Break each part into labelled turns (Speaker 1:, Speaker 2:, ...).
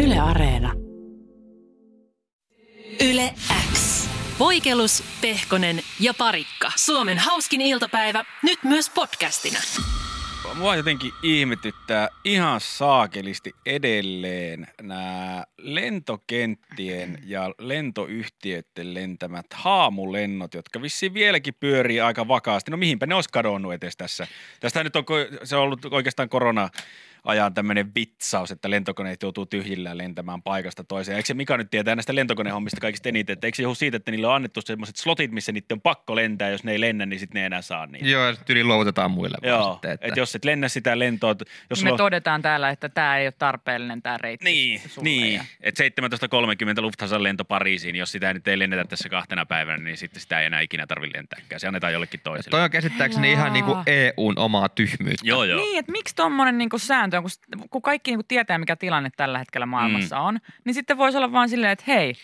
Speaker 1: Yle Areena.
Speaker 2: Yle X. Voikelus, Pehkonen ja Parikka. Suomen hauskin iltapäivä, nyt myös podcastina.
Speaker 3: Mua jotenkin ihmetyttää ihan saakelisti edelleen nämä lentokenttien ja lentoyhtiöiden lentämät haamulennot, jotka vissiin vieläkin pyörii aika vakaasti. No mihinpä ne olisi kadonnut etes tässä? Tästä nyt on, ko- se on ollut oikeastaan korona ajan tämmöinen vitsaus, että lentokoneet joutuu tyhjillään lentämään paikasta toiseen. Eikö se Mika nyt tietää näistä lentokonehommista kaikista eniten, että eikö se johdu siitä, että niille on annettu semmoiset slotit, missä niiden on pakko lentää, jos ne ei lennä, niin sitten ne ei enää saa niitä.
Speaker 4: Joo, ja sit yli luovutetaan muille. vaan
Speaker 3: Joo,
Speaker 4: sitten,
Speaker 3: että... et jos et lennä sitä lentoa, t- jos
Speaker 5: Jos Niin me
Speaker 3: sulla-
Speaker 5: todetaan täällä, että tämä ei ole tarpeellinen tämä reitti
Speaker 3: niin,
Speaker 5: sulle.
Speaker 3: niin.
Speaker 5: ja-
Speaker 3: että 17.30 Lufthansa lento Pariisiin, niin jos sitä nyt ei lennetä tässä kahtena päivänä, niin sitten sitä ei enää ikinä tarvitse lentääkään. Se annetaan jollekin toiselle.
Speaker 4: Toi on käsittääkseni ihan niinku EUn omaa tyhmyyttä.
Speaker 3: Joo, joo.
Speaker 5: Niin, että miksi tuommoinen niinku sääntö on, kun, s- kun kaikki niinku tietää, mikä tilanne tällä hetkellä maailmassa mm. on, niin sitten voisi olla vaan silleen, että hei,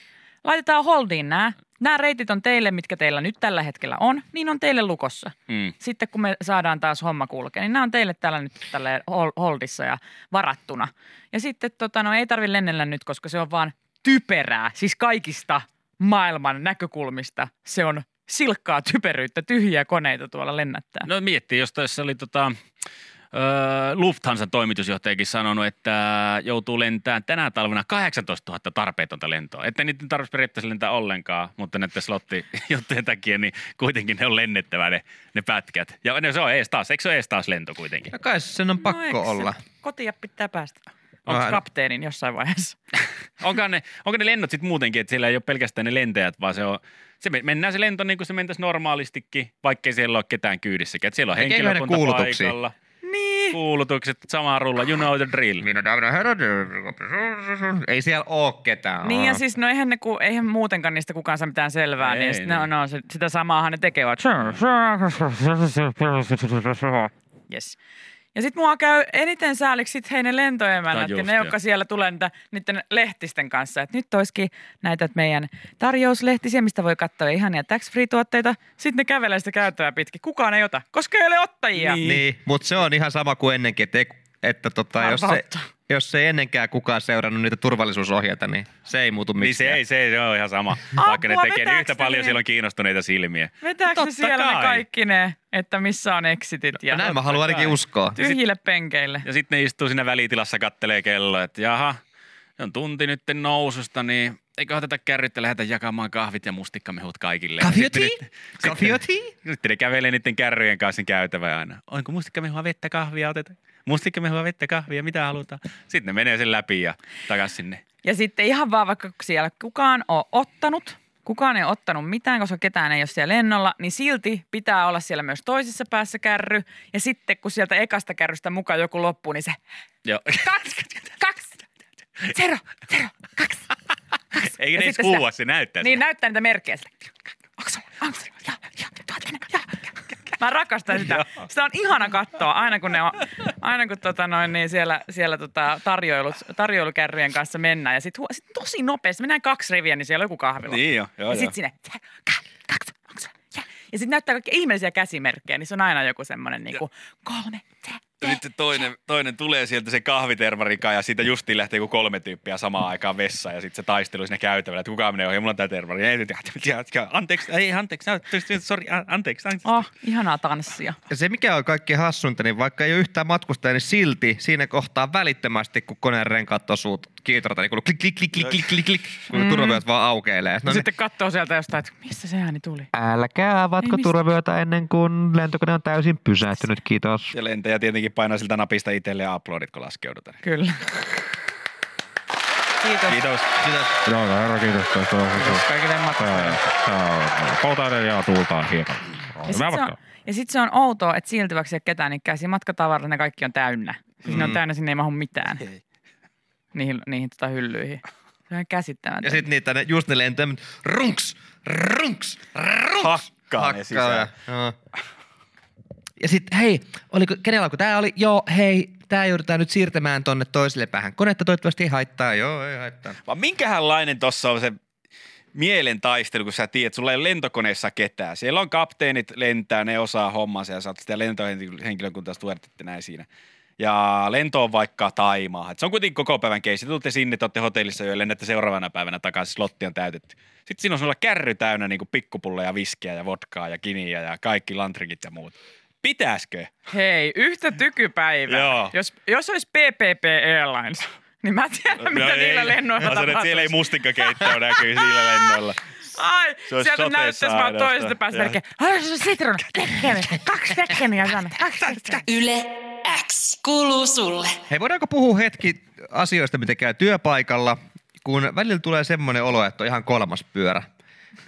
Speaker 5: laitetaan holdiin nämä. Nämä reitit on teille, mitkä teillä nyt tällä hetkellä on, niin on teille lukossa.
Speaker 3: Mm.
Speaker 5: Sitten kun me saadaan taas homma kulkea, niin nämä on teille täällä nyt tällä hol- holdissa ja varattuna. Ja sitten tota, no, ei tarvi lennellä nyt, koska se on vaan typerää. Siis kaikista maailman näkökulmista se on silkkaa typeryyttä, tyhjiä koneita tuolla lennättää.
Speaker 3: No miettii, jos tässä oli tota, öö, Lufthansa toimitusjohtajakin sanonut, että joutuu lentämään tänä talvena 18 000 tarpeetonta lentoa. Että niitä ei tarvitsisi periaatteessa lentää ollenkaan, mutta näiden slotti juttujen takia, niin kuitenkin ne on lennettävä ne, ne pätkät. Ja ne, se on ees taas, eikö se ole ees taas lento kuitenkin?
Speaker 4: No kai sen on pakko
Speaker 5: eikö se-
Speaker 4: olla.
Speaker 5: Kotia pitää päästä.
Speaker 4: Vähän.
Speaker 5: Onko kapteenin jossain vaiheessa?
Speaker 3: Onko ne, onko ne lennot sitten muutenkin, että siellä ei ole pelkästään ne lentäjät, vaan se on, se me- mennään se lento niin kuin se mentäisi normaalistikin, vaikkei siellä ole ketään kyydissäkään. Että siellä on
Speaker 4: Tekeekö ne
Speaker 3: henkilökunta
Speaker 4: kuulutuksia?
Speaker 3: paikalla. Niin. Kuulutukset, sama rulla, you know the drill.
Speaker 4: Minä tämmönen herra- Ei siellä oo ketään.
Speaker 5: Niin ja siis no eihän, ne, ku, eihän muutenkaan niistä kukaan saa mitään selvää,
Speaker 3: Ei,
Speaker 5: ei, niin, sit,
Speaker 3: niin.
Speaker 5: no, no, se- sitä samaahan ne tekevät. Yes. Ja sitten mua käy eniten sääliksi sit hei ne lentoemännät
Speaker 3: Tai
Speaker 5: ja
Speaker 3: just,
Speaker 5: ne,
Speaker 3: joo.
Speaker 5: jotka siellä tulee niitä, niiden lehtisten kanssa. Et nyt olisikin näitä meidän tarjouslehtisiä, mistä voi katsoa ihania tax-free-tuotteita. Sitten ne kävelee sitä käyttävää pitkin. Kukaan ei ota, koska ei ole ottajia.
Speaker 3: Niin.
Speaker 4: Niin, mutta se on ihan sama kuin ennenkin, että, ei- että tota, jos,
Speaker 5: Harva
Speaker 4: se,
Speaker 5: ottaa.
Speaker 4: jos se ei ennenkään kukaan seurannut niitä turvallisuusohjeita, niin se ei muutu
Speaker 3: Niin se
Speaker 4: miksikään.
Speaker 3: ei, se ei, se on ihan sama,
Speaker 5: Apua,
Speaker 3: vaikka ne tekee niin
Speaker 5: vetääks
Speaker 3: yhtä
Speaker 5: ne
Speaker 3: paljon
Speaker 5: niin?
Speaker 3: siellä on kiinnostuneita silmiä.
Speaker 5: Vetääkö
Speaker 3: No Totta
Speaker 5: ne siellä
Speaker 3: kai. No
Speaker 5: ne kaikki ne, että missä on exitit ja
Speaker 4: Ja näin mä haluan
Speaker 3: kai.
Speaker 4: ainakin uskoa.
Speaker 5: tyhjille penkeille?
Speaker 3: Ja sitten ne istuu siinä välitilassa, kattelee kelloa, että jaha, se on tunti nyt noususta, niin eiköhän tätä kärryttä lähdetä jakamaan kahvit ja mustikkamehut kaikille.
Speaker 4: Kavioti?
Speaker 3: Sitten ne-
Speaker 4: Kavioti?
Speaker 3: Nyt ne kävelee niiden kärryjen kanssa sen käytävää aina. Onko mustikkamehua vettä kahvia otetaan? Mustikkamehua vettä kahvia, mitä halutaan? Sitten ne menee sen läpi ja takas sinne.
Speaker 5: Ja sitten ihan vaan vaikka siellä kukaan on ottanut, kukaan ei ottanut mitään, koska ketään ei ole siellä lennolla, niin silti pitää olla siellä myös toisessa päässä kärry. Ja sitten kun sieltä ekasta kärrystä mukaan joku loppuu, niin se
Speaker 3: Joo.
Speaker 5: kaksi, kaksi, zero, zero, kaksi.
Speaker 3: Eikä ne
Speaker 5: Ja
Speaker 3: edes
Speaker 5: sitten sitä-
Speaker 3: kuua, se näyttää.
Speaker 5: Niin näyttää niitä merkkejä sillä. Onko se, onko se, ja, ja, tuot tänne, ja, ja. Mä rakastan sitä. Sitä on ihana katsoa aina kun ne on, aina kun tota noin, niin siellä, siellä tota tarjoilut, tarjoilukärryjen kanssa mennään. Ja sit, huo- sit tosi nopeasti, mennään kaksi riviä, niin siellä on joku kahvila.
Speaker 3: Niin joo, joo,
Speaker 5: ja
Speaker 3: joo.
Speaker 5: sit sinne, ja, ka- kaksi, onko se, ja. Ja sit näyttää kaikki ihmeellisiä käsimerkkejä, niin se on aina joku semmonen niinku kolme, tä,
Speaker 3: Ja sitten toinen, toinen tulee sieltä se kahvitermarika ja siitä justiin lähtee joku kolme tyyppiä samaan aikaan vessaan ja sitten se taistelu siinä käytävällä, että kuka menee ohi, mulla on tämä termari. Ei, anteeksi, ei, anteeksi, anteeksi, sorry, an- anteeksi, anteeksi.
Speaker 5: Oh, ihanaa tanssia.
Speaker 4: Ja se mikä on kaikkein hassunta, niin vaikka ei ole yhtään matkustajaa, niin silti siinä kohtaa välittömästi, kun koneen renkaat osuu kiitorata, niin kuuluu klik, klik, klik, klik, klik, klik, klik kun mm. turvavyöt vaan aukeilee.
Speaker 5: No
Speaker 4: No niin,
Speaker 5: sitten katsoo sieltä jostain, että mistä se ääni tuli.
Speaker 6: Älkää avatko
Speaker 5: Ei mistä-
Speaker 6: turvavyötä ennen kuin lentokone on täysin pysähtynyt, kiitos.
Speaker 3: Ja lentäjä tietenkin painaa siltä napista itselleen ja uploadit, kun laskeudutaan.
Speaker 5: Kyllä. Kiitos.
Speaker 3: Kiitos.
Speaker 4: sitä,
Speaker 7: Joo, herra, kiitos tästä.
Speaker 5: Kaikille matkustajille.
Speaker 7: Poltaan ja tuultaan hieman.
Speaker 5: Ja sitten se, on- ja sit se on outoa, että silti vaikka ei ole ketään, niin käsi matkatavarat, ne kaikki on täynnä. Siis mm. ne on täynnä, sinne ei mahdu mitään. Niihin, niihin tota hyllyihin. Se on ihan
Speaker 4: ja
Speaker 5: käsittämätöntä.
Speaker 4: sitten niitä, ne, just ne lentää, runks, runks, runks.
Speaker 3: Hakkaa ne sisään.
Speaker 4: Ja, ja sitten hei, oliko, kenellä kun tämä oli, joo hei, tämä joudutaan nyt siirtämään tonne toiselle päähän. Konetta toivottavasti ei haittaa, joo ei haittaa.
Speaker 3: Vaan minkähänlainen tuossa on se mielen taistelu, kun sä tiedät, sulla ei ole lentokoneessa ketään. Siellä on kapteenit lentää, ne osaa hommansa ja sä oot sitä lentohenkilökuntaa tuotettu näin siinä. ja lentoon vaikka Taimaa. Et se on kuitenkin koko päivän keissi. Te tulette sinne, te olette hotellissa ja lennätte seuraavana päivänä takaisin, slotti on täytetty. Sitten siinä on sellainen kärry täynnä niin pikkupulleja, viskiä ja vodkaa ja kiniä ja kaikki lantrikit ja muut. Pitäisikö?
Speaker 5: Hei, yhtä tykypäivää.
Speaker 3: Joo.
Speaker 5: Jos, jos olisi PPP Airlines, niin mä tiedän, mitä niillä lennoilla
Speaker 3: No Mä sanon,
Speaker 5: tapahtuu.
Speaker 3: että siellä ei mustikakeittoa näkyy niillä lennoilla.
Speaker 5: Ai,
Speaker 3: Se olisi
Speaker 5: sieltä
Speaker 3: soteissa
Speaker 5: näyttäisi vaan
Speaker 3: ainoastaan.
Speaker 5: toisesta päästä
Speaker 3: Joo.
Speaker 5: melkein. Ai, se on sitruna. Tekkeni. Kaksi tekkeniä tänne. Kaksi tekkeniä.
Speaker 2: Yle X kuuluu sulle.
Speaker 4: Hei, voidaanko puhua hetki asioista, mitä käy työpaikalla, kun välillä tulee semmoinen olo, että on ihan kolmas pyörä.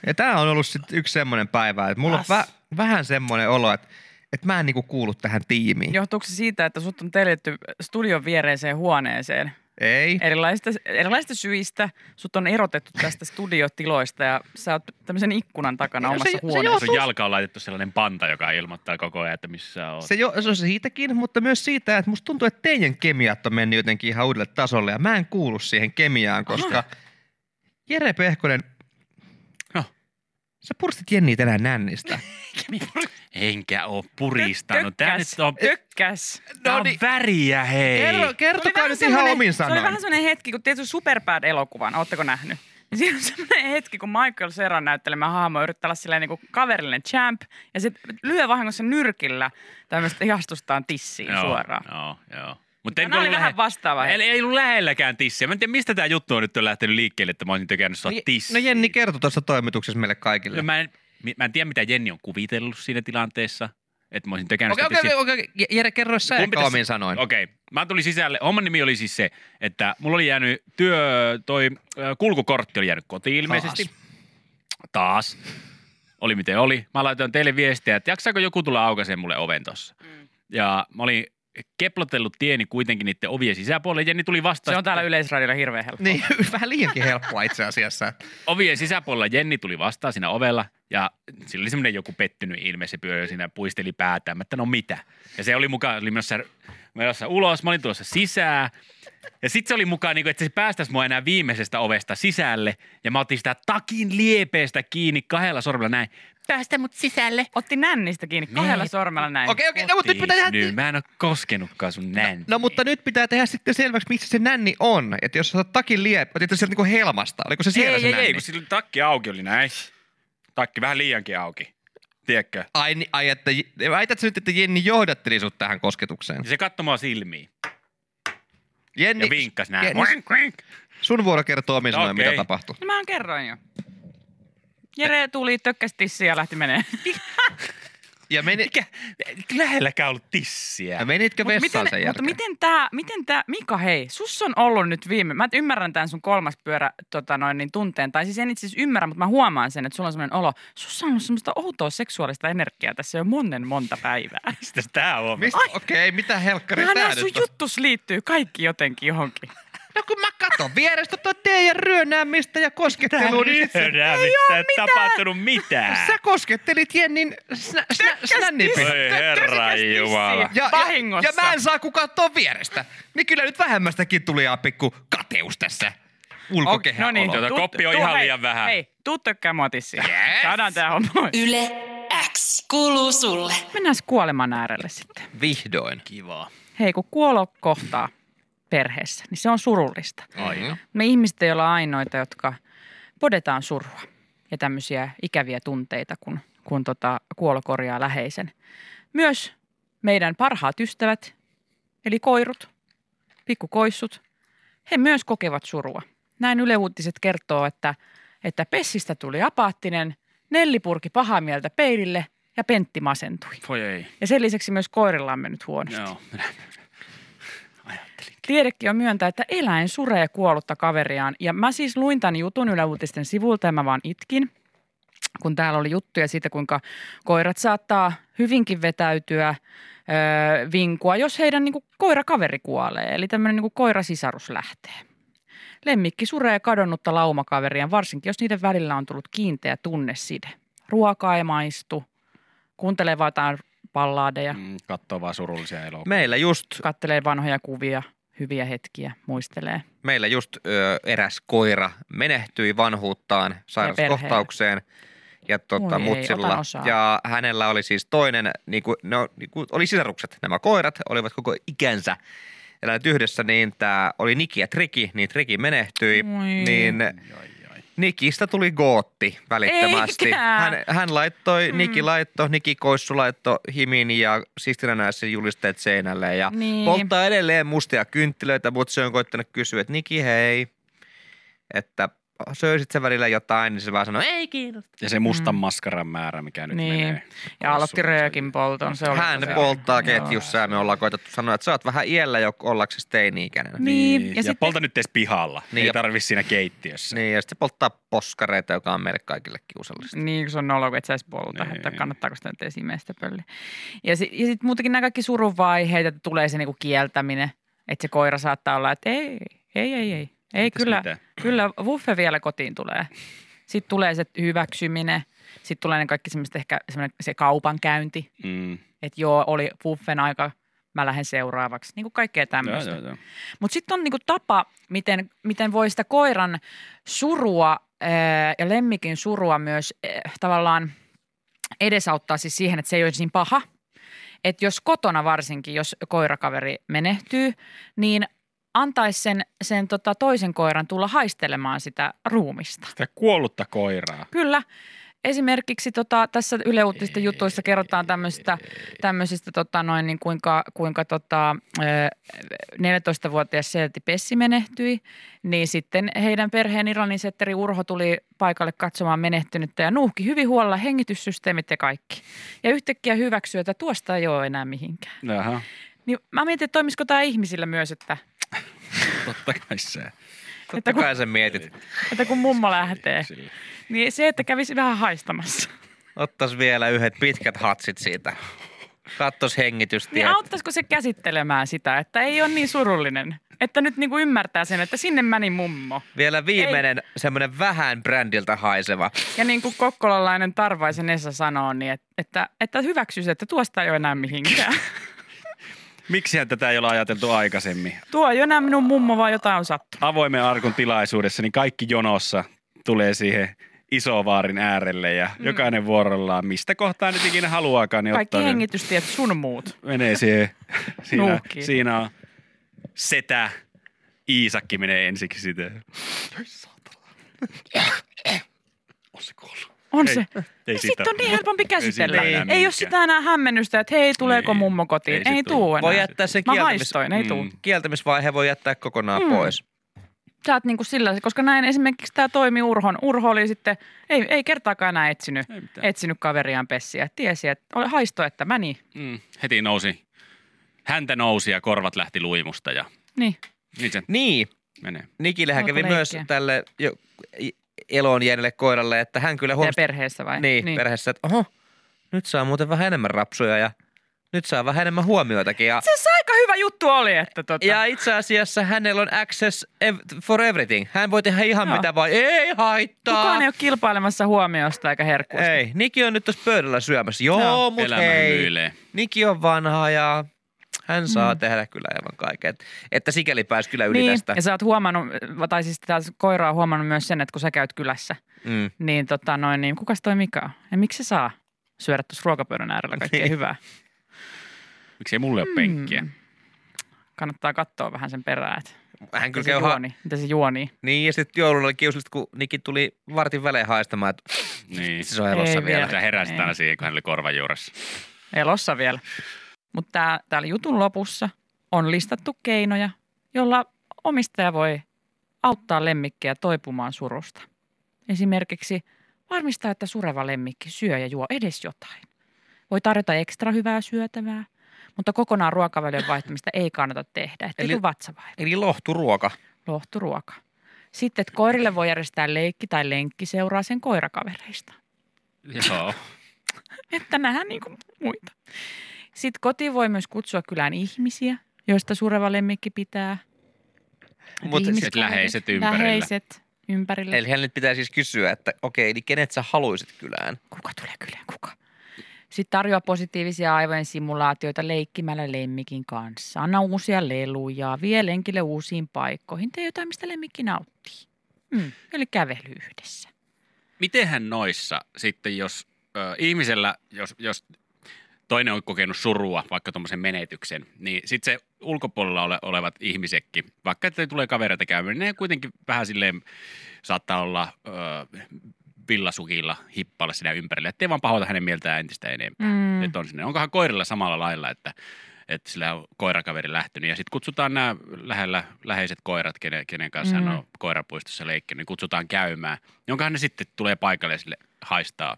Speaker 4: Ja tämä on ollut sit yksi semmoinen päivä, että mulla on
Speaker 5: As.
Speaker 4: vä- vähän semmoinen olo, että, että mä en niinku kuulu tähän tiimiin.
Speaker 5: Johtuuko se siitä, että sut on teljetty studion viereiseen huoneeseen?
Speaker 4: Ei.
Speaker 5: Erilaisista, erilaisista syistä sut on erotettu tästä studiotiloista ja sä oot tämmöisen ikkunan takana no, omassa huoneessa.
Speaker 1: Sun jalka on laitettu sellainen panta, joka ilmoittaa koko ajan, että missä sä oot.
Speaker 4: Se, jo, se on siitäkin, mutta myös siitä, että musta tuntuu, että teidän kemiat on mennyt jotenkin ihan uudelle tasolle ja mä en kuulu siihen kemiaan, koska Jere Pehkonen,
Speaker 1: Joo.
Speaker 4: sä purstit Jenniä tänään nännistä.
Speaker 1: Enkä oo puristanut. No, Tää nyt
Speaker 5: Tökkäs,
Speaker 1: on,
Speaker 5: tökkäs.
Speaker 4: No
Speaker 1: tää on
Speaker 3: niin.
Speaker 4: niin.
Speaker 1: väriä, hei.
Speaker 4: Kerro, kertokaa nyt ihan
Speaker 5: semmoinen-
Speaker 4: omin
Speaker 5: Se oli vähän
Speaker 4: sanoin.
Speaker 5: semmoinen hetki, kun tietysti Superbad-elokuvan, ootteko nähnyt? Niin Siinä on semmoinen hetki, kun Michael Seran näyttelemä hahmo yrittää olla silleen niin kuin kaverillinen champ, ja se lyö vahingossa nyrkillä tämmöistä ihastustaan tissiin
Speaker 1: Joo,
Speaker 5: suoraan.
Speaker 1: Joo, joo. Mutta
Speaker 5: Tämä oli vähän vastaava
Speaker 1: Ei,
Speaker 5: hetki.
Speaker 1: ei ollut lähelläkään tissiä. Mä en tiedä, mistä tämä juttu on nyt lähtenyt liikkeelle, että mä olisin tykännyt sua
Speaker 4: No Je-
Speaker 1: tissiä.
Speaker 4: No Jenni kertoi tuossa toimituksessa meille kaikille.
Speaker 1: No, mä, en, mi- mä en tiedä, mitä Jenni on kuvitellut siinä tilanteessa, että mä olisin tykännyt
Speaker 4: Okei,
Speaker 1: sitä
Speaker 4: okei,
Speaker 1: tissiä.
Speaker 4: okei, okei. Je- Jere, kerro sä
Speaker 1: Mun
Speaker 4: eka
Speaker 1: pitäisi-
Speaker 4: omin sanoin.
Speaker 1: Okei, mä tulin sisälle. Homman nimi oli siis se, että mulla oli jäänyt työ, toi ö, kulkukortti oli jäänyt kotiin ilmeisesti.
Speaker 4: Taas.
Speaker 1: Taas. Taas. Oli miten oli. Mä laitoin teille viestiä, että jaksaako joku tulla aukaseen mulle oven tossa. Mm. Ja mä olin keplotellut tieni kuitenkin niiden ovien sisäpuolelle. Jenni tuli vastaan.
Speaker 5: Se on täällä yleisradiolla hirveän helppo.
Speaker 4: Niin, vähän liiankin helppoa itse asiassa.
Speaker 1: ovien sisäpuolella Jenni tuli vastaan siinä ovella ja sillä oli semmoinen joku pettynyt ilme, se pyöri siinä ja puisteli päätään, mä, että no mitä. Ja se oli mukaan, oli menossa, menossa ulos, mä olin tuossa sisään ja sitten se oli mukaan, niin kuin, että se päästäisi mua enää viimeisestä ovesta sisälle ja mä otin sitä takin liepeestä kiinni kahdella sormella näin. Päästä mut sisälle.
Speaker 5: Otti nännistä kiinni kahdella
Speaker 1: Niin.
Speaker 5: sormella näin.
Speaker 4: Okei, okei, no mutta nyt pitää tehdä...
Speaker 1: Nyt mä en ole koskenutkaan sun näin.
Speaker 4: No mutta nyt pitää tehdä sitten selväksi, missä se nänni on. Että jos sä otat takin liep, otit sieltä niinku helmasta. Oliko se siellä
Speaker 3: ei,
Speaker 4: se
Speaker 3: ei,
Speaker 4: nänni?
Speaker 3: ei, kun sillä oli takki auki oli näin. Takki vähän liiankin auki. Tiedätkö?
Speaker 4: Ai, ni- ai että, j- väität sä nyt, että Jenni johdatteli sut tähän kosketukseen?
Speaker 1: Ja se katsoi mua silmiin
Speaker 4: Jenni,
Speaker 1: ja vinkkasi näin.
Speaker 4: Jenni,
Speaker 1: Wink, wink.
Speaker 4: sun vuoro kertoo omin
Speaker 1: No
Speaker 4: sanoin, mitä
Speaker 1: okei.
Speaker 4: tapahtui.
Speaker 5: No mä kerroin jo. Jere tuli, tökkäs tissiin ja lähti menee.
Speaker 4: Ja, meni,
Speaker 1: Mikä? Lähelläkään ollut tissiä.
Speaker 4: ja menitkö
Speaker 5: Mut
Speaker 4: vessaan
Speaker 5: miten,
Speaker 4: sen jälkeen?
Speaker 5: Mutta miten tämä, miten tää, Mika hei, sus on ollut nyt viime, mä ymmärrän tämän sun kolmas pyörä tota noin, niin tunteen, tai siis en itse asiassa ymmärrä, mutta mä huomaan sen, että sulla on sellainen olo, sus on ollut semmoista outoa seksuaalista energiaa tässä jo monen monta päivää.
Speaker 1: Mistä tää on?
Speaker 4: Mistä? Okei, mitä helkkari tää
Speaker 5: Mä näen sun
Speaker 4: nyt on?
Speaker 5: juttus liittyy kaikki jotenkin johonkin.
Speaker 4: No kun mä katon vierestä tuota teidän ryönäämistä ja koskettelua, niin sit se-
Speaker 1: Ei ole mitään. tapahtunut mitään.
Speaker 4: sä koskettelit Jennin snä, snä, snännipin.
Speaker 1: Voi herra jumala.
Speaker 5: Ja,
Speaker 4: ja,
Speaker 5: vahingossa.
Speaker 4: ja mä en saa kun katsoa vierestä. Niin kyllä nyt vähemmästäkin tuli ihan pikku kateus tässä ulkokehän
Speaker 5: no niin,
Speaker 1: Tuota
Speaker 5: tuu-
Speaker 1: koppia on
Speaker 5: tuu-
Speaker 1: ihan
Speaker 5: hei,
Speaker 1: liian vähän.
Speaker 5: Hei, tuu tökkää mua tissiin.
Speaker 4: Yes.
Speaker 5: Saadaan tää homma.
Speaker 2: Yle X kuuluu sulle.
Speaker 5: Mennään kuoleman äärelle sitten.
Speaker 4: Vihdoin.
Speaker 1: Kiva.
Speaker 5: Hei, kun kuolo kohtaa perheessä, niin se on surullista.
Speaker 1: Aina.
Speaker 5: Me ihmiset ei olla ainoita, jotka podetaan surua ja tämmöisiä ikäviä tunteita, kun, kun tota kuolo korjaa läheisen. Myös meidän parhaat ystävät, eli koirut, pikkukoissut, he myös kokevat surua. Näin Yle Uutiset kertoo, että, että Pessistä tuli apaattinen, Nelli purki pahaa mieltä peilille ja Pentti masentui.
Speaker 1: Voi ei.
Speaker 5: Ja sen lisäksi myös koirilla on mennyt huonosti.
Speaker 1: Joo.
Speaker 5: Tiedekin on myöntää, että eläin suree kuollutta kaveriaan. Ja mä siis luin tämän jutun Yle Uutisten sivulta ja mä vaan itkin, kun täällä oli juttuja siitä, kuinka koirat saattaa hyvinkin vetäytyä öö, vinkua, jos heidän niin koirakaveri kuolee. Eli tämmöinen niin koirasisarus lähtee. Lemmikki suree kadonnutta laumakaveriaan, varsinkin jos niiden välillä on tullut kiinteä tunneside. Ruoka ei maistu, kuuntelee vaan jotain pallaadeja
Speaker 3: Mm, kattoo vaan surullisia elokuvia.
Speaker 4: Meillä just,
Speaker 5: kattelee vanhoja kuvia, hyviä hetkiä, muistelee.
Speaker 4: meillä just ö, eräs koira menehtyi vanhuuttaan sairauskohtaukseen. ja tota,
Speaker 5: Voi ei,
Speaker 4: mutsilla.
Speaker 5: otan osaa.
Speaker 4: ja hänellä oli siis toinen, niin kuin, no, niin kuin, oli sisarukset, nämä koirat, olivat koko ikänsä eläneet yhdessä, niin tämä oli Niki ja Triki, niin Triki menehtyi,
Speaker 5: Voi.
Speaker 4: niin Nikistä tuli gootti välittömästi.
Speaker 5: Eikä.
Speaker 4: Hän, hän laittoi, mm. Niki laittoi, Niki Koissu laittoi himin ja Sistina näissä julisteet seinälle ja
Speaker 5: Niin.
Speaker 4: polttaa edelleen mustia kynttilöitä, mutta se on koittanut kysyä, että Niki hei, että söisit sä välillä jotain, niin se vaan sanoi, ei kiinnosta.
Speaker 3: Ja se mustan maskaran määrä, mikä nyt
Speaker 5: Mm. Niin.
Speaker 3: menee.
Speaker 5: Ja aloitti röökin polton. Se oli
Speaker 4: Hän
Speaker 5: tosi-
Speaker 4: polttaa
Speaker 5: Joo.
Speaker 4: ketjussa ja me ollaan koitettu sanoa, että sä oot vähän iällä jo ollaksesi teini-ikäinen.
Speaker 5: Niin,
Speaker 3: Niin.
Speaker 5: ja
Speaker 3: Ja, ja
Speaker 5: sitten-
Speaker 3: polta nyt edes pihalla.
Speaker 4: Niin,
Speaker 3: Niin, Ei
Speaker 4: ja-
Speaker 3: tarvi siinä keittiössä.
Speaker 4: Niin, ja sitten se polttaa poskareita, joka on meille kaikille kiusallista.
Speaker 5: Niin, kun se on nolo, kun et sä edes polta,
Speaker 3: Niin.
Speaker 5: että kannattaako sitä nyt edes imeä sitä pölliä. Ja, si- ja sitten muutenkin nämä kaikki surun vaiheet, että tulee se niinku kieltäminen, että se koira saattaa olla, että ei, ei, ei, ei. Ei,
Speaker 3: Mitäs
Speaker 5: kyllä,
Speaker 3: mitä?
Speaker 5: kyllä wuffe vielä kotiin tulee. Sitten tulee se hyväksyminen, sitten tulee ne kaikki semmoiset ehkä semmoinen se kaupankäynti,
Speaker 3: Mm.
Speaker 5: että joo, oli wuffen aika, mä lähden seuraavaksi. Niin kuin kaikkea
Speaker 3: Joo,
Speaker 5: tämmöistä.
Speaker 3: joo, joo.
Speaker 5: Mutta sitten on niinku tapa, miten, miten voi sitä koiran surua ää, ja lemmikin surua myös äh, tavallaan edesauttaa siis siihen, että se ei olisi niin paha. Että jos kotona varsinkin, jos koirakaveri menehtyy, niin antaisi sen, sen tota toisen koiran tulla haistelemaan sitä ruumista.
Speaker 3: Sitä kuollutta koiraa.
Speaker 5: Kyllä. Esimerkiksi tota, tässä Yle Uutisten jutuissa kerrotaan tämmöistä, tämmöisistä, tota, noin, niin kuinka, kuinka tota, ö, 14-vuotias Selti Pessi menehtyi, niin sitten heidän perheen Iranin setteri Urho tuli paikalle katsomaan menehtynyttä ja nuuhki hyvin huolella hengityssysteemit ja kaikki. Ja yhtäkkiä hyväksyi, että tuosta ei ole enää mihinkään.
Speaker 3: Jaha,
Speaker 5: Niin mä mietin, että toimisiko tämä ihmisillä myös, että,
Speaker 3: totta kai se.
Speaker 5: että,
Speaker 4: Totta
Speaker 5: kun,
Speaker 4: kai sä mietit.
Speaker 5: että kun mummo lähtee,
Speaker 3: Sille.
Speaker 5: niin se, että kävisi vähän haistamassa.
Speaker 4: Ottais vielä yhdet pitkät hatsit siitä. Kattos hengitystiet.
Speaker 5: Niin auttaisiko se käsittelemään sitä, että ei ole niin surullinen? Että nyt niinku ymmärtää sen, että sinne meni mummo.
Speaker 4: Vielä viimeinen semmoinen vähän brändiltä haiseva.
Speaker 5: Ja niin kuin kokkolalainen Tarvaisen Esa sanoo, niin et- että, että hyväksyisi, että tuosta ei ole enää mihinkään.
Speaker 3: Miksihän tätä ei ole ajateltu aikaisemmin?
Speaker 5: Tuo ei ole enää minun mummo, vaan jotain on sattunut.
Speaker 3: Avoimen arkun tilaisuudessa, niin kaikki jonossa tulee siihen isovaarin äärelle ja mm. jokainen vuorollaan, mistä kohtaa nyt ikinä haluaakaan, niin
Speaker 5: Kaikki
Speaker 3: ottaa sen-
Speaker 5: hengitystiet sun muut.
Speaker 3: menee siihen. Siinä,
Speaker 5: Nuuhkiin.
Speaker 3: siinä on setä. Iisakki menee ensiksi sitä.
Speaker 5: On
Speaker 3: Ei,
Speaker 5: se.
Speaker 3: ei
Speaker 5: Ja
Speaker 3: siitä-
Speaker 5: sitten on niin helpompi käsitellä.
Speaker 4: siitä
Speaker 5: Ei,
Speaker 4: enää
Speaker 5: ei ole
Speaker 3: mihinkään.
Speaker 5: sitä enää hämmennystä, että hei, tuleeko
Speaker 3: Niin.
Speaker 5: mummo kotiin?
Speaker 3: Ei
Speaker 5: Ei,
Speaker 3: se
Speaker 5: ei
Speaker 3: tule.
Speaker 5: tuu enää.
Speaker 4: Voi jättää sen
Speaker 5: Mä
Speaker 4: kieltämis...
Speaker 5: haistoin, ei tuu.
Speaker 3: Mm.
Speaker 4: kieltämisvaihe voi jättää kokonaan mm. pois.
Speaker 5: Sä oot niinku sillä, koska näin esimerkiksi tämä toimi Urhon. Urho oli sitten, ei, ei kertaakaan enää etsinyt,
Speaker 3: Ei mitään.
Speaker 5: etsinyt kaveriaan pessiä. Tiesi, että oli haisto, että mä niin.
Speaker 1: Mm, heti nousi. Häntä nousi ja korvat lähti luimusta ja
Speaker 5: niin.
Speaker 1: niin se
Speaker 4: Niin,
Speaker 1: menee.
Speaker 4: Nikillähän
Speaker 5: Alkoi
Speaker 4: kävi myös
Speaker 5: leikkiä.
Speaker 4: tälle jo, i- eloon jääneelle koiralle, että hän kyllä
Speaker 5: Ja
Speaker 4: huomasi
Speaker 5: perheessä vai?
Speaker 4: niin, niin. perheessä, että oho, nyt saa muuten vähän enemmän rapsuja ja nyt saa vähän enemmän huomioitakin. Ja,
Speaker 5: Itse asiassa aika hyvä juttu oli, että tota,
Speaker 4: ja itse asiassa hänellä on access ev- for everything. Hän voi tehdä ihan
Speaker 5: Joo.
Speaker 4: mitä vaan, ei haittaa.
Speaker 5: kukaan ei ole kilpailemassa huomiosta eikä herkkuista.
Speaker 4: tota- Ei, Niki on nyt tuossa pöydällä syömässä. Joo,
Speaker 5: Joo.
Speaker 4: no, mut
Speaker 1: Elämä
Speaker 4: hei.
Speaker 1: hymyilee.
Speaker 4: Niki on vanha ja hän saa mm. tehdä kyllä aivan kaiken. Et- Että sikäli pääsi kyllä yli
Speaker 5: niin.
Speaker 4: tästä.
Speaker 5: Ja sä oot huomannut, tai siis taas koira on huomannut myös sen, että kun sä käyt kylässä,
Speaker 4: Mm.
Speaker 5: niin, tota, noin, niin kukas toi Mika on? Ja miksi se saa syödä tuossa ruokapöydän äärellä kaikkea
Speaker 4: Niin.
Speaker 5: hyvää?
Speaker 1: Miksei mulle ole penkkiä?
Speaker 5: Mm. Kannattaa katsoa vähän sen perään, että
Speaker 4: Hän kyllä
Speaker 5: mitä se,
Speaker 4: käy ha-
Speaker 5: juoni, mitä se juoni.
Speaker 4: Niin, ja sitten joululla oli kiusallista, kun Niki tuli vartin välein haistamaan, että
Speaker 1: Niin.
Speaker 4: se on elossa
Speaker 5: Ei
Speaker 4: vielä.
Speaker 1: Sä heräsit
Speaker 5: Ei.
Speaker 1: aina siihen, kun hän oli korvan juuressa.
Speaker 5: Elossa vielä. Mutta täällä jutun lopussa on listattu keinoja, jolla omistaja voi auttaa lemmikkiä toipumaan surusta. Esimerkiksi varmistaa, että sureva lemmikki syö ja juo edes jotain. Voi tarjota ekstra hyvää syötävää, mutta kokonaan ruokaväliön vaihtamista ei kannata tehdä, ettei
Speaker 4: Eli-
Speaker 5: Eli... vatsavaiva.
Speaker 4: Eli lohturuoka.
Speaker 5: lohturuoka. Sitten, että koirille voi järjestää leikki tai lenkki seuraa sen koirakavereista.
Speaker 1: Joo.
Speaker 5: Että nähdään niin kuin muita. Sitten kotiin voi myös kutsua kylään ihmisiä, joista sureva lemmikki pitää. Että
Speaker 4: Mut
Speaker 5: ihmiskaverit,
Speaker 1: sit läheiset ympärillä.
Speaker 5: Läheiset ympärillä.
Speaker 4: Eli hän nyt pitää siis kysyä, että okei, eli kenet sä haluisit kylään?
Speaker 5: kuka tulee kylään, kuka. Sitten tarjoa positiivisia aivojen simulaatioita leikkimällä lemmikin kanssa. Anna uusia leluja, vie lenkille uusiin paikkoihin. Tee jotain, mistä lemmikki nauttii. Mm. Eli kävely yhdessä.
Speaker 3: mitenhän noissa sitten, jos ö, ihmisellä, jos, jos toinen on kokenut surua, vaikka tuommoisen menetyksen, niin sitten se ulkopuolella ole, olevat ihmisetkin, vaikka että tulee kavereita käymään, niin ne kuitenkin vähän silleen saattaa olla ö, villasukilla hippailla sinä ympärillä, ettei vaan pahoita hänen mieltään entistä enempää.
Speaker 5: Mm.
Speaker 3: Mm. Että on sinne. Onkohan koirilla samalla lailla, että, että sillä on koirakaveri lähtenyt ja sitten kutsutaan nämä lähellä, läheiset koirat, kenen, kenen kanssa mm.
Speaker 5: Mm.
Speaker 3: hän on koirapuistossa leikkinyt, niin kutsutaan käymään. Jonkahan ne sitten tulee paikalle ja sille haistaa.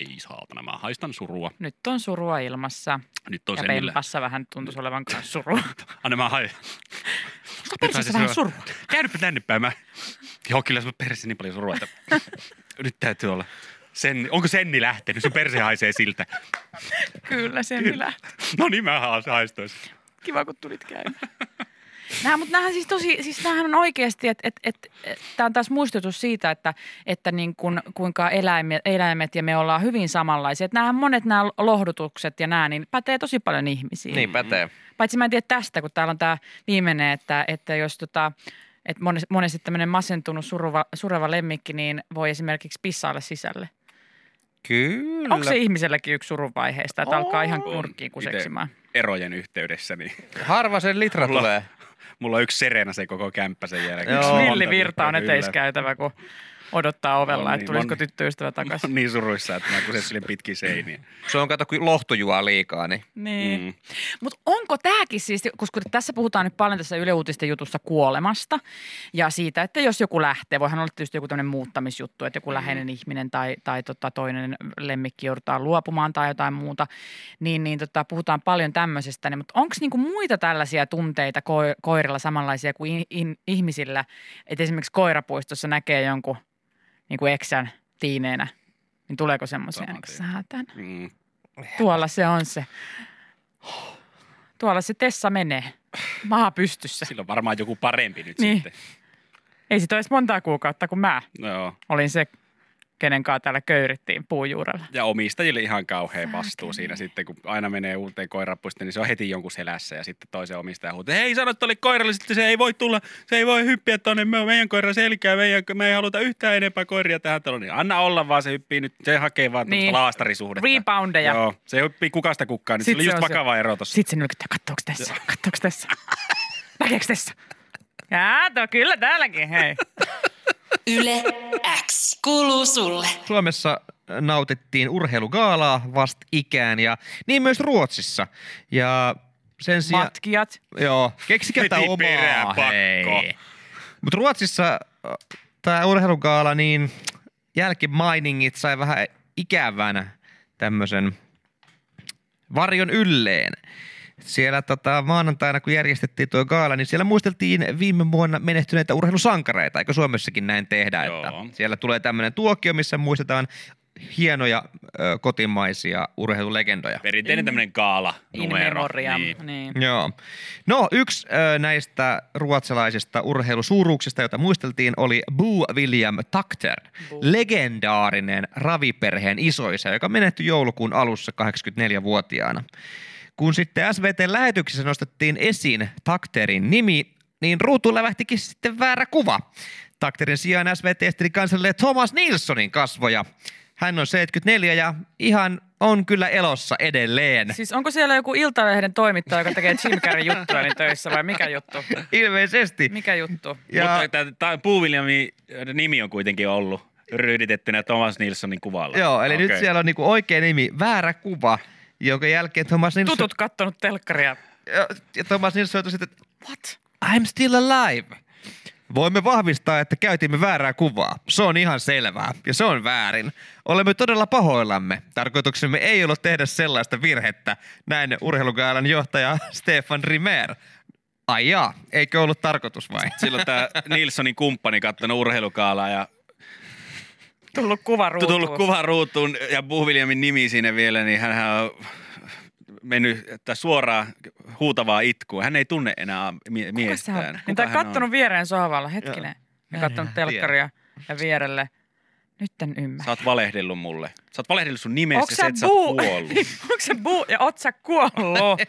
Speaker 3: Ei saapana, mä haistan surua.
Speaker 5: Nyt on surua ilmassa.
Speaker 3: Nyt on
Speaker 5: Ja
Speaker 3: sen niillä.
Speaker 5: pempassa vähän tuntuisi olevan kanssa surua.
Speaker 3: Anna mä haistan.
Speaker 5: Mutta
Speaker 3: Nyt on
Speaker 5: persissä
Speaker 3: se
Speaker 5: vähän
Speaker 3: surua.
Speaker 5: surua.
Speaker 3: Käydypä tänne päin. Mä... Joo, kyllä sun persi niin paljon surua, että nyt täytyy olla. Sen, onko senni lähtenyt? Sun perse haisee siltä.
Speaker 5: Kyllä se minä.
Speaker 3: No niin, mä haistoin.
Speaker 5: Kiva, kun tulit käymään. Nämä, mutta nämähän siis tosi, siis näähän on oikeasti, että et, et, et, tämä on taas muistutus siitä, että, että niin kun, kuinka eläimet, eläimet ja me ollaan hyvin samanlaisia. Että Nämähän monet nämä lohdutukset ja nämä, niin pätee tosi paljon ihmisiin.
Speaker 4: Niin pätee.
Speaker 5: Paitsi mä en tiedä tästä, kun täällä on tämä viimeinen, että, että jos tota, että monesti, monesti tämmöinen masentunut suruva, sureva lemmikki, niin voi esimerkiksi pissailla sisälle.
Speaker 4: Kyllä.
Speaker 5: Onko se ihmiselläkin yksi surun vaiheesta, että alkaa ihan nurkkiin kuseksimaan?
Speaker 3: Erojen yhteydessä, niin
Speaker 4: Harva sen litra
Speaker 3: Mulla-
Speaker 4: tulee.
Speaker 3: Mulla on yksi serena se koko kämppä sen jälkeen.
Speaker 4: Joo.
Speaker 5: Yksi
Speaker 4: Monta
Speaker 5: millivirta on eteiskäytävä, kun odottaa ovella,
Speaker 3: On
Speaker 5: että
Speaker 3: niin,
Speaker 5: tulisiko
Speaker 3: on-
Speaker 5: tyttöystävä takaisin.
Speaker 3: niin suruissa, että mä kusettelen pitkin seiniä.
Speaker 4: Se on kato, kun lohtu juo liikaa, niin
Speaker 5: Niin. Mm. Mutta onko tämäkin siis, koska tässä puhutaan nyt paljon tässä Yle Uutisten jutussa kuolemasta ja siitä, että jos joku lähtee, voihan olla tietysti joku tämmöinen muuttamisjuttu, että joku läheinen ihminen tai, tai tota toinen lemmikki joudutaan luopumaan tai jotain muuta, niin, niin tota, puhutaan paljon tämmöisestä. Niin, mutta onko niinku muita tällaisia tunteita ko- koirilla samanlaisia kuin in, in, ihmisillä, että esimerkiksi koirapuistossa näkee jonkun niinku eksän tiineenä, niin tuleeko semmoisia?
Speaker 3: Saman tien.
Speaker 5: Säätän.
Speaker 3: Mm.
Speaker 5: Tuolla se on se. Tuolla se Tessa menee. Maa pystyssä.
Speaker 3: Sillä on varmaan joku parempi nyt
Speaker 5: Niin.
Speaker 3: sitten.
Speaker 5: Ei sitä olisi montaa kuukautta, kun mä
Speaker 3: No joo.
Speaker 5: olin se, kenen kanssa täällä köyrittiin puujuurella.
Speaker 3: Ja omistajille ihan kauhea vastuu siinä sitten, kun aina menee uuteen koirapuistoon, niin se on heti jonkun selässä ja sitten toisen omistaja huutaa, hei sano tuolle koiralle, niin sitten se ei voi tulla, se ei voi hyppiä tuonne meidän koira selkää, meidän, me ei haluta yhtään enempää koiria tähän taloon, niin anna olla vaan se hyppii nyt, se hakee vaan niin.
Speaker 5: Niin.
Speaker 3: laastarisuhdetta.
Speaker 5: Reboundeja.
Speaker 3: Joo, se hyppii kukasta kukkaan, niin
Speaker 5: Sit
Speaker 3: se oli
Speaker 5: se
Speaker 3: just
Speaker 5: on se-
Speaker 3: vakava ero tossa.
Speaker 5: Sitten se nylkyttää, kattooks tässä, kattooks tässä, näkeekö tässä. Jaa, to kyllä täälläkin, hei.
Speaker 2: Yle X kuuluu sulle.
Speaker 4: Suomessa äh, nautittiin urheilugaalaa vast ikään ja niin myös Ruotsissa. Ja sen sijaan...
Speaker 5: Matkijat.
Speaker 4: Joo, keksikää
Speaker 3: Heti
Speaker 4: tää omaa.
Speaker 3: perään, pakko.
Speaker 4: Mutta Ruotsissa tämä urheilugaala, niin jälkimainingit sai vähän ikävänä tämmöisen varjon ylleen. Siellä tota, maanantaina, kun järjestettiin tuo gaala, niin siellä muisteltiin viime vuonna menehtyneitä urheilusankareita. Eikö Suomessakin näin tehdä?
Speaker 3: Joo.
Speaker 4: Että siellä tulee tämmöinen tuokio, missä muistetaan hienoja ö, kotimaisia urheilulegendoja.
Speaker 3: Perinteinen tämmöinen kaala
Speaker 5: Mm. In
Speaker 3: numero.
Speaker 5: memoriam. Niin.
Speaker 4: Joo. No yksi ö, näistä ruotsalaisista urheilusuuruuksista, jota muisteltiin, oli Boo William Takter, legendaarinen raviperheen isoisä, joka menehtyi joulukuun alussa 84-vuotiaana. Kun sitten SVT-lähetyksessä nostettiin esiin Takterin nimi, niin ruutuun lävähtikin sitten väärä kuva. Takterin sijaan SVT esteli kansalle Thomas Nilssonin kasvoja. Hän on 74 ja ihan on kyllä elossa edelleen.
Speaker 5: Siis onko siellä joku Iltalehden toimittaja, joka tekee Jim Carrey juttuja niin töissä vai mikä juttu?
Speaker 4: Ilmeisesti.
Speaker 5: Mikä juttu?
Speaker 3: Ja... Mutta tämä Puu Williamin äh, nimi on kuitenkin ollut ryhditettynä Thomas Nilssonin kuvalla.
Speaker 4: Joo, eli okay. nyt
Speaker 3: Okei.
Speaker 4: siellä on niinku oikea nimi, väärä kuva, jonka jälkeen Thomas Nilsson...
Speaker 5: Tutut kattonut telkkaria.
Speaker 4: Ja- Ja Thomas Nilsson joutui sitten,
Speaker 5: What?
Speaker 4: I'm still alive. Voimme vahvistaa, että käytimme väärää kuvaa. Se on ihan selvää, ja se on väärin. Olemme todella pahoillamme. Tarkoituksemme ei ollut tehdä sellaista virhettä, näin urheilugaalan johtaja Stefan Rimer. Ai jaa, eikö ollut tarkoitus vai?
Speaker 3: Silloin tämä Nilssonin kumppani kattanut urheilukaalaa ja
Speaker 5: Tullut kuva ruutuun.
Speaker 3: tullut kuva ruutuun ja Puu Williamin nimi siinä vielä, niin hän on mennyt että suoraan huutavaa itkua. Hän ei tunne enää mie-
Speaker 5: Kuka se on?
Speaker 3: miestään.
Speaker 5: Niin, tai
Speaker 3: hän on?
Speaker 5: kattonut viereen sohvalla, hetkinen. Ja,
Speaker 4: en
Speaker 5: kattonut
Speaker 4: tiedä.
Speaker 5: telkkaria ja vierelle. Nyt en ymmärrä.
Speaker 3: Sä oot valehdellut mulle. Sä oot valehdellut sun nimessä,
Speaker 5: Onko
Speaker 3: sä,
Speaker 5: sä
Speaker 3: et sä oot
Speaker 5: buu?
Speaker 3: kuollut.
Speaker 5: Onko sä buu ja oot sä kuollut?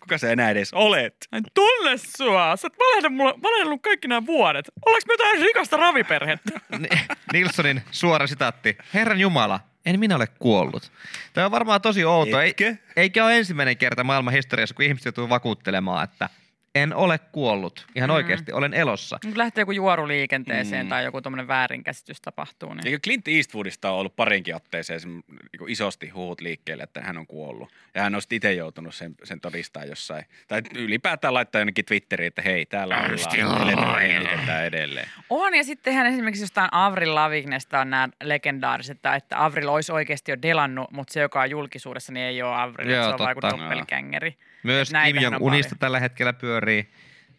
Speaker 3: Kuka sä enää edes olet?
Speaker 5: En tunne sua. Sä oot valehdellut mulle, valehdellut kaikki nämä vuodet. Ollaanko me jotain rikasta raviperhettä?
Speaker 4: Ni- Nilssonin suora sitaatti. Herran Jumala, en minä ole kuollut. Tämä on varmaan tosi outoa. Ei-
Speaker 3: Etkö?
Speaker 4: Eikä ole ensimmäinen kerta maailman historiassa, kun ihmiset joutuu vakuuttelemaan, että en ole kuollut. Ihan oikeasti, olen elossa.
Speaker 5: Nyt lähtee joku juoru liikenteeseen
Speaker 3: Mm.
Speaker 5: tai joku tommonen väärinkäsitys tapahtuu. Niin.
Speaker 3: Eikö Clint Eastwoodista ole ollut parinkin otteeseen sen, niin kuin isosti huut liikkeelle, että hän on kuollut. Ja hän on sitten itse joutunut sen, sen todistaa jossain. Tai ylipäätään laittaa jonnekin Twitteriin, että hei, täällä ollaan. eletään, Eletään edelleen.
Speaker 5: On, ja sittenhän esimerkiksi jostain Avril Lavignesta on nämä legendaariset, että- että Avril olisi oikeasti jo delannut, mutta se, joka on julkisuudessa, niin ei ole Avril.
Speaker 4: Joo,
Speaker 5: Joo, se on vaan joku
Speaker 4: totta.
Speaker 5: doppelkängeri.
Speaker 4: Myös Kim
Speaker 5: Näitähän on
Speaker 4: Jong-unista
Speaker 5: paljon.
Speaker 4: tällä hetkellä pyörii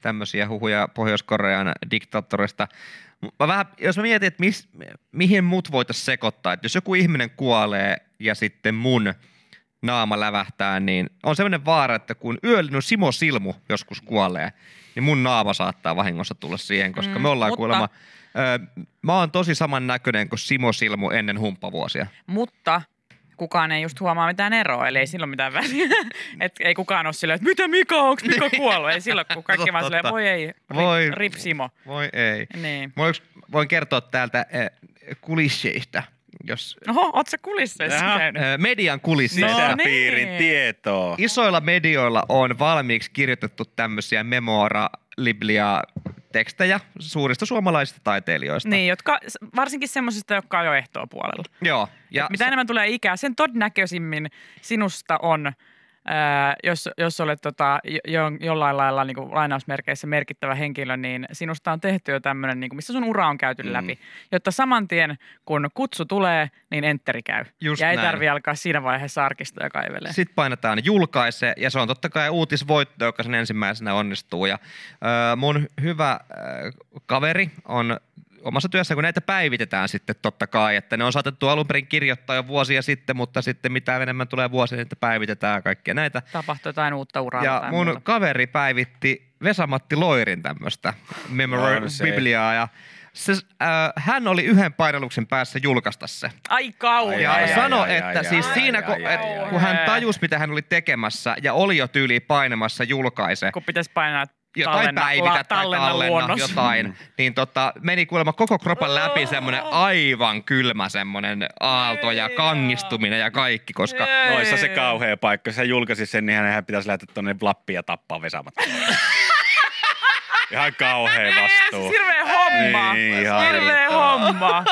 Speaker 4: tämmöisiä huhuja Pohjois-Korean diktaattorista. Mä vähän, jos mä mietin, että mis, mihin mut voitaisiin sekoittaa, että jos joku ihminen kuolee ja sitten mun naama lävähtää, niin on sellainen vaara, että kun yöllinen Simo Silmu joskus kuolee, niin mun naama saattaa vahingossa tulla siihen, koska
Speaker 5: Mm,
Speaker 4: me ollaan
Speaker 5: mutta-
Speaker 4: kuulemma... Ö, mä oon tosi samannäköinen kuin Simo Silmu ennen humppavuosia.
Speaker 5: Mutta kukaan ei just huomaa mitään eroa, eli ei sillä ole mitään väliä. Et ei kukaan ole silleen, että mitä Mika, onko Mika kuollut? Ei silloin, kun kaikki
Speaker 4: Totta,
Speaker 5: vaan silleen,
Speaker 4: totta.
Speaker 5: Niin. voi ei,
Speaker 4: Voi.
Speaker 5: rip, rip Simo.
Speaker 4: Voi ei.
Speaker 5: Niin.
Speaker 4: Mä yks- voin kertoa täältä eh, kulisseista, jos
Speaker 5: Oho, No, oot sä kulisseissa
Speaker 3: Jaha.
Speaker 5: käynyt?
Speaker 4: Ö, median kulissa.
Speaker 5: No niin.
Speaker 3: Sisäpiirin tietoa.
Speaker 4: Isoilla medioilla on valmiiksi kirjoitettu tämmöisiä memoara liblia tekstejä suurista suomalaisista taiteilijoista.
Speaker 5: Niin, jotka, varsinkin semmoisista, jotka on jo ehtoopuolella.
Speaker 4: Joo. Ja
Speaker 5: Mitä enemmän tulee ikää, sen todennäköisimmin sinusta on, ää, jos, jos olet tota, jo- jo, jollain lailla niin kuin lainausmerkeissä merkittävä henkilö, niin sinusta on tehty jo tämmöinen, niin kuin, missä sun ura on käyty
Speaker 3: Mm.
Speaker 5: mm. läpi. Jotta saman tien, kun kutsu tulee, niin enteri käy.
Speaker 4: Just
Speaker 5: ja ei
Speaker 4: näin.
Speaker 5: tarvi alkaa siinä vaiheessa arkista ja kaivelee.
Speaker 4: Sitten painetaan julkaise, ja se on totta kai uutisvoitto, joka sen ensimmäisenä onnistuu. Ja, ö, mun hyvä ö, kaveri on omassa työssä, kun näitä päivitetään sitten totta kai, että ne on saatettu alun perin kirjoittaa jo vuosia sitten, mutta sitten mitä enemmän tulee vuosia, niin niitä päivitetään ja kaikkea näitä.
Speaker 5: Tapahtui jotain uutta uraa.
Speaker 4: Ja
Speaker 5: tai
Speaker 4: mun
Speaker 5: muuta.
Speaker 4: kaveri päivitti Vesamatti Loirin tämmöistä
Speaker 3: On
Speaker 4: Memorabiliaa
Speaker 3: se.
Speaker 4: Bibliaa ja se, äh, hän oli yhden painalluksen päässä julkaista se.
Speaker 5: Ai kauhea.
Speaker 4: Ja
Speaker 5: Ai,
Speaker 3: ai,
Speaker 5: ai,
Speaker 3: san-
Speaker 4: sano,
Speaker 3: ai, ai,
Speaker 4: että
Speaker 3: ai,
Speaker 4: siis
Speaker 5: ai,
Speaker 4: siinä,
Speaker 3: ai,
Speaker 4: kun,
Speaker 3: ai,
Speaker 4: et,
Speaker 5: ai, ai.
Speaker 4: kun hän tajusi, mitä hän oli tekemässä ja oli jo tyyli painamassa julkaise,
Speaker 5: kun pitäisi painaa
Speaker 4: jotain
Speaker 5: tallenna,
Speaker 4: päivitä
Speaker 5: la-
Speaker 4: tai
Speaker 5: tallenna,
Speaker 4: tallenna
Speaker 5: luonnos.
Speaker 4: jotain, niin tota, meni kuulemma koko kropan läpi semmoinen aivan kylmä semmoinen aalto ja
Speaker 5: Ei,
Speaker 4: kangistuminen ja kaikki, koska
Speaker 5: Ei.
Speaker 3: Noissa se kauhea paikka. Jos hän julkaisi sen, niin hänhän pitäisi lähteä tuonne Lappia tappaa vesamatta. Ihan kauhea vastuu.
Speaker 5: siis Hirveä homma.
Speaker 3: Niin, ihan
Speaker 5: Hirveä
Speaker 3: riittävää.
Speaker 5: homma.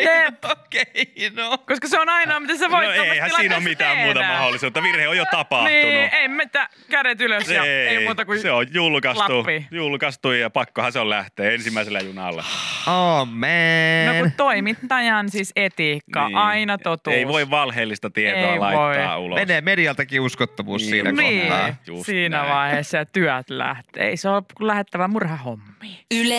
Speaker 5: Jep.
Speaker 4: okei, no.
Speaker 5: Koska se on ainoa, mitä sä voit
Speaker 3: No
Speaker 5: tuommoisessa
Speaker 3: eihän siinä ole
Speaker 5: tilanteessa
Speaker 3: mitään
Speaker 5: tehdä.
Speaker 3: muuta mahdollisuutta. Virhe on jo tapahtunut.
Speaker 5: Niin, ei mitä, kädet ylös ja ei, muuta kuin...
Speaker 3: se on julkaistu,
Speaker 5: Lappi.
Speaker 3: julkaistu ja pakkohan se on lähteä ensimmäisellä junalla.
Speaker 4: Amen.
Speaker 5: No kun toimittajan siis etiikka, niin. aina totuus.
Speaker 3: Ei voi valheellista tietoa
Speaker 5: Ei
Speaker 3: ei laittaa
Speaker 5: voi.
Speaker 3: voi. ulos.
Speaker 4: Menee medialtakin uskottavuus
Speaker 3: Niin.
Speaker 4: siinä
Speaker 5: niin,
Speaker 4: kohtaa.
Speaker 3: Just
Speaker 5: siinä
Speaker 3: näin.
Speaker 5: vaiheessa ja työt lähtee. Ei se ole kuin lähettävä murhahommi.
Speaker 2: Yle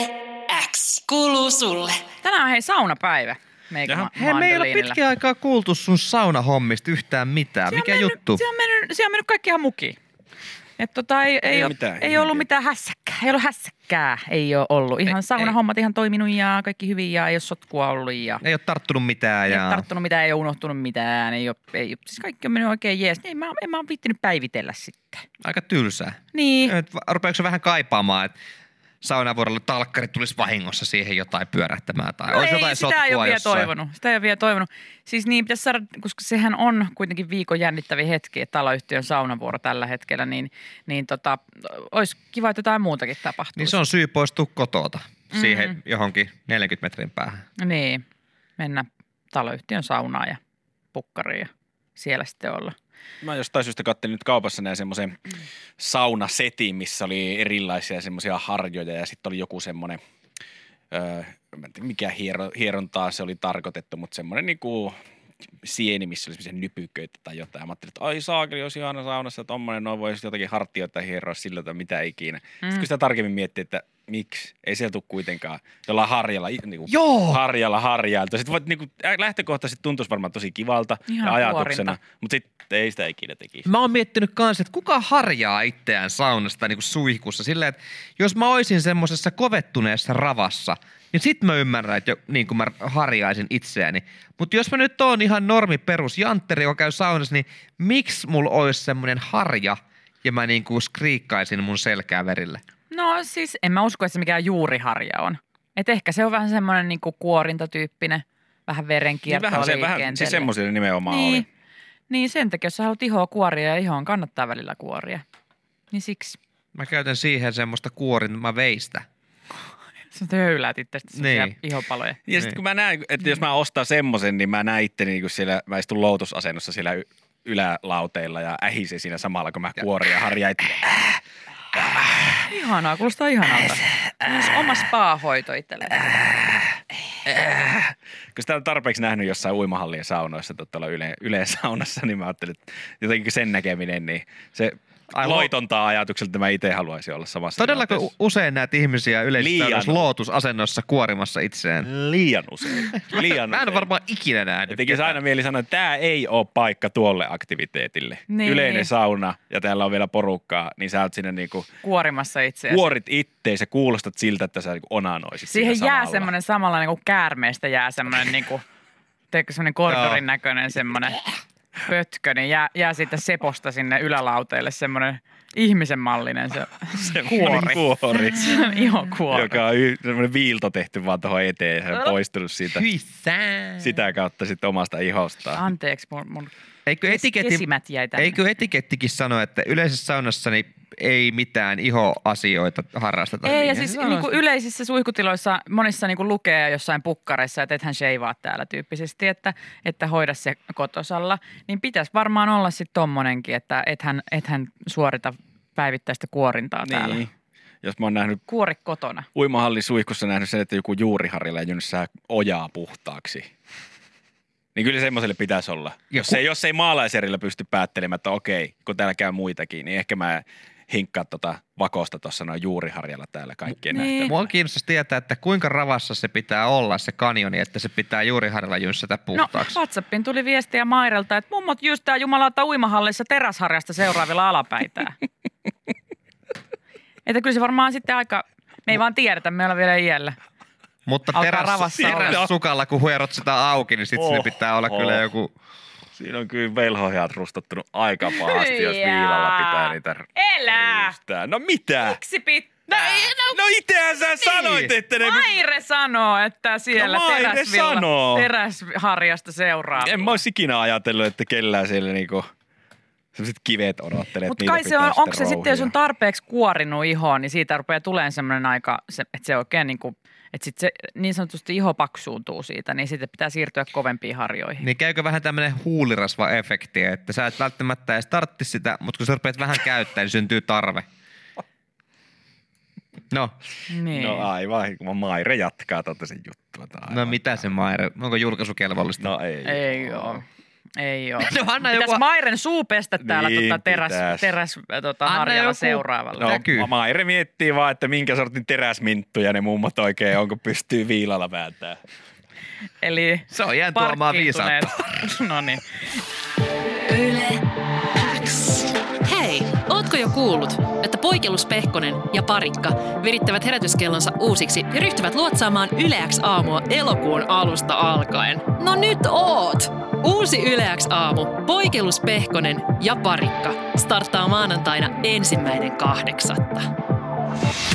Speaker 2: X kuuluu sulle.
Speaker 5: Tänään on hei saunapäivä. Meikä ma-
Speaker 4: Hei, me ei ole
Speaker 5: mandoliinilla.
Speaker 4: pitkään aikaa kuultu sun saunahommista yhtään mitään.
Speaker 5: Siellä
Speaker 4: Mikä
Speaker 5: on mennyt,
Speaker 4: juttu?
Speaker 5: Siellä on mennyt, siellä on mennyt kaikki ihan mukiin. Et tota, ei, ei,
Speaker 3: Ei
Speaker 5: ei,
Speaker 3: mitään
Speaker 5: ei ollut
Speaker 3: ihmeitä.
Speaker 5: mitään hässäkkää, ei ollut hässäkkää, ei ole ollut.
Speaker 4: Ei,
Speaker 5: Ihan saunahommat ihan toiminut ja kaikki hyvin ja ei ole sotkua ollut ja
Speaker 4: Ei ole tarttunut mitään.
Speaker 5: ei
Speaker 4: Ja...
Speaker 5: ole tarttunut mitään, ei ole unohtunut mitään, ei ole, ei ole, siis kaikki on mennyt oikein jees. Ei, mä, en mä ole viittinyt päivitellä sitten.
Speaker 4: Aika tylsää.
Speaker 5: Niin,
Speaker 4: Et va- Rupeeko se vähän kaipaamaan, että saunavuorolle talkkarit tulisi vahingossa siihen jotain pyörähtämään tai olisi
Speaker 5: No ei,
Speaker 4: jotain
Speaker 5: sitä ei ole
Speaker 4: sotkua
Speaker 5: vielä
Speaker 4: jossain.
Speaker 5: toivonut. Sitä ei ole vielä toivonut. Siis niin pitäisi saada, koska sehän on kuitenkin viikon jännittävin hetki, että taloyhtiön saunavuoro tällä hetkellä, niin, niin tota, olisi kiva, että jotain muutakin tapahtuisi.
Speaker 4: Niin se on syy poistua kotoota siihen
Speaker 5: Mm-hmm.
Speaker 4: johonkin 40 metrin päähän.
Speaker 5: Niin, mennä taloyhtiön saunaan ja pukkariin ja siellä sitten olla.
Speaker 3: Mä jostain syystä katselin nyt kaupassa näin semmoisen saunasetin, missä oli erilaisia semmoisia harjoja ja sitten oli joku semmoinen, öö, mä en tiedä mikä hiero, hierontaa se oli tarkoitettu, mutta semmoinen niinku sieni, missä oli semmoisia nypyköitä tai jotain. Mä ajattelin, että ai saakeli, olisi ihana saunassa tommonen, noin voisi jotakin hartioita hieroa sillä tai mitä ikinä. Mm. Sitten kun sitä tarkemmin miettii, että miksi, ei sieltä tule kuitenkaan jollain harjalla, niinku
Speaker 4: Joo!
Speaker 3: harjalla harjailta. Sitten voit, niinku, ä, lähtökohtaisesti tuntuisi varmaan tosi kivalta
Speaker 5: Ihan
Speaker 3: ja ajatuksena,
Speaker 5: kuorinta.
Speaker 3: mutta sitten ei sitä ikinä tekisi.
Speaker 4: Mä oon miettinyt kans, että kuka harjaa itseään saunasta niin kuin suihkussa silleen, että jos mä oisin semmoisessa kovettuneessa ravassa, niin sit mä ymmärrän, että jo, niin kuin mä harjaisin itseäni. Mutta jos mä nyt oon ihan normi perus jantteri, joka käy saunassa, niin miksi mulla olisi semmoinen harja, ja mä niin kuin skriikkaisin mun selkää verille.
Speaker 5: No siis en mä usko, että se mikään juuriharja on. Et ehkä se on vähän semmoinen niinku kuorintatyyppinen, vähän
Speaker 3: Niin
Speaker 5: verenkiertoa
Speaker 3: vähän, se, vähän siis semmoisille nimenomaan niin. oli.
Speaker 5: niin, niin sen takia, jos sä haluat ihoa kuoria ja ihoon kannattaa välillä kuoria. Niin siksi.
Speaker 4: Mä käytän siihen semmoista kuorimaveistä.
Speaker 5: Sä höyläät itsestä niin.
Speaker 4: Niin.
Speaker 5: ihopaloja.
Speaker 3: Ja sitten
Speaker 4: Niin. kun
Speaker 3: kun mä näen, että jos mä ostan semmoisen, niin mä näen itteni niin siellä, mä istun loutusasennossa siellä ylälauteilla ja ähisen siinä samalla, kun mä kuorin ja harjaa
Speaker 5: Ihanaa, kuulostaa ihanalta.
Speaker 3: Äh,
Speaker 5: Myös oma spa-hoito itselleen.
Speaker 3: Kun sitä on tarpeeksi nähnyt jossain uimahallien saunoissa, että tuolla yle, yle saunassa, niin mä ajattelin, että jotenkin sen näkeminen, niin se
Speaker 4: Ai,
Speaker 3: Ai, loitontaa ajatukselta, että mä itse haluaisin olla samassa
Speaker 4: Todellako u-
Speaker 3: tilanteessa.
Speaker 4: usein näet ihmisiä yleisesti
Speaker 3: Liian.
Speaker 4: täydessä lootusasennossa kuorimassa itseään?
Speaker 3: Liian usein. Liian
Speaker 4: Mä en ole
Speaker 3: usein.
Speaker 4: varmaan ikinä nähnyt.
Speaker 3: Jotenkin se
Speaker 4: ketään.
Speaker 3: aina mieli sanoa, että tämä ei ole paikka tuolle aktiviteetille.
Speaker 5: Niin.
Speaker 3: Niin. Yleinen sauna ja täällä on vielä porukkaa, niin sä oot siinä niinku,
Speaker 5: Kuorimassa itseäsi.
Speaker 3: kuorit ittees ja kuulostat siltä, että sä niinku onanoisit
Speaker 5: Siihen
Speaker 3: siinä
Speaker 5: jää
Speaker 3: samalla.
Speaker 5: semmoinen samalla, niin kuin käärmeestä jää semmoinen, niin kuin, teekö semmoinen kordorin näköinen semmoinen pötkö, niin jää, jää siitä seposta sinne ylälauteelle semmoinen ihmisen mallinen se
Speaker 3: Semmoinen kuori.
Speaker 5: ihokuori.
Speaker 3: joka on y- semmoinen viilto tehty vaan tuohon eteen ja se on poistunut siitä,
Speaker 4: Hyi sää.
Speaker 3: sitä kautta sitten omasta ihostaan.
Speaker 5: Anteeksi, mun, mun
Speaker 4: Eikö,
Speaker 5: kes-
Speaker 4: etiketti,
Speaker 5: kesimät jäi tänne.
Speaker 4: eikö etikettikin sano, että yleisessä saunassa niin ei mitään ihoasioita harrasteta?
Speaker 5: Ei, ja
Speaker 4: Niin,
Speaker 5: siis
Speaker 4: se on-
Speaker 5: niin kuin yleisissä suihkutiloissa monissa niin kuin lukee jossain pukkareissa, että ethän sheivaa täällä tyyppisesti, että, että hoida se kotosalla. Niin pitäisi varmaan olla sitten tommonenkin, että ethän, ethän suorita päivittäistä kuorintaa niin. täällä.
Speaker 3: Niin. Jos mä oon nähnyt
Speaker 5: Kuori kotona.
Speaker 3: uimahallin suihkussa nähnyt sen, että joku juuriharilla ja jynsää ojaa puhtaaksi. Niin kyllä semmoiselle pitäisi olla.
Speaker 4: Ja
Speaker 3: Jos,
Speaker 4: ku-
Speaker 3: ei, jos ei maalaiserillä pysty päättelemään, että okei, kun täällä käy muitakin, niin ehkä mä hinkkaan tota vakosta tuossa noin juuriharjalla täällä kaikkien
Speaker 5: Niin.
Speaker 3: niin.
Speaker 4: Mua kiinnostaisi tietää, että kuinka ravassa se pitää olla se kanjoni, että se pitää juuri harjalla jynssätä puhtaaksi.
Speaker 5: No, WhatsAppiin tuli viestiä Mairelta, että mummot jystää jumalauta uimahallissa terasharjasta seuraavilla alapäitää. että kyllä se varmaan sitten aika, me ei vaan tiedetä, me ollaan vielä iällä.
Speaker 4: Mutta
Speaker 5: alkaa
Speaker 4: teräs,
Speaker 5: ravassa
Speaker 4: teräs
Speaker 3: olla.
Speaker 4: sukalla, kun huerot sitä auki, niin sitten oh,
Speaker 3: Oho.
Speaker 4: pitää olla kyllä joku...
Speaker 3: Siinä on kyllä velhohjat rustottunut aika pahasti, jos
Speaker 5: Jaa.
Speaker 3: viilalla pitää niitä
Speaker 5: Elää!
Speaker 3: rystää. No mitä?
Speaker 5: Miksi pitää?
Speaker 3: No itsehän
Speaker 4: Niin.
Speaker 3: sä sanoit, että ne...
Speaker 5: Maire sanoo, että siellä
Speaker 3: niin- No Maire
Speaker 5: teräsvilla,
Speaker 3: sanoo.
Speaker 5: teräsharjasta seuraa.
Speaker 3: Niin, En mä olisi ikinä ajatellut, että kellään siellä niinku sellaiset kivet odottelee,
Speaker 5: Mutta
Speaker 3: että
Speaker 5: kai
Speaker 3: niitä
Speaker 5: se on,
Speaker 3: pitää
Speaker 5: onko se sitten, jos on
Speaker 3: rouhia.
Speaker 5: tarpeeksi kuorinut ihoon, niin siitä rupeaa tulemaan semmoinen aika, se, että se oikein niin kuin, että sit se niin sanotusti iho paksuuntuu siitä, niin sitten pitää siirtyä kovempiin harjoihin.
Speaker 4: Niin käykö vähän tämmöinen huulirasva-efekti, että sä et välttämättä edes tartti sitä, mutta kun sä rupeat vähän käyttämään, niin syntyy tarve. No,
Speaker 5: Niin.
Speaker 3: No aivan, kun Maire jatkaa tuota sen juttua. tää
Speaker 4: no
Speaker 3: aivan.
Speaker 4: mitä se Maire, onko julkaisukelvollista?
Speaker 3: No ei.
Speaker 5: Ei oo. Ei oo.
Speaker 4: No anna
Speaker 5: Pitäis
Speaker 4: joku,
Speaker 5: Mairen suu pestä täällä
Speaker 3: Niin
Speaker 5: tota teräs,
Speaker 3: pitäis.
Speaker 5: teräs äh, tota,
Speaker 4: Anna
Speaker 5: harjalla
Speaker 4: joku-
Speaker 5: seuraavalle.
Speaker 3: No,
Speaker 4: Näkyy.
Speaker 3: Maire miettii vaan, että minkä sortin teräsminttuja ne mummot oikein on, kun pystyy viilalla vääntää.
Speaker 5: Eli
Speaker 4: se on jään tuomaan viisautta.
Speaker 5: parkkiintuneet. no niin.
Speaker 2: Yle X. Hei, ootko jo kuullut, että Poikelus Pehkonen ja Parikka virittävät herätyskellonsa uusiksi ja ryhtyvät luotsaamaan Yleäks aamua elokuun alusta alkaen? No nyt oot! Uusi Yleäks aamu, Poikelus Pehkonen ja Parikka starttaa maanantaina ensimmäinen kahdeksatta.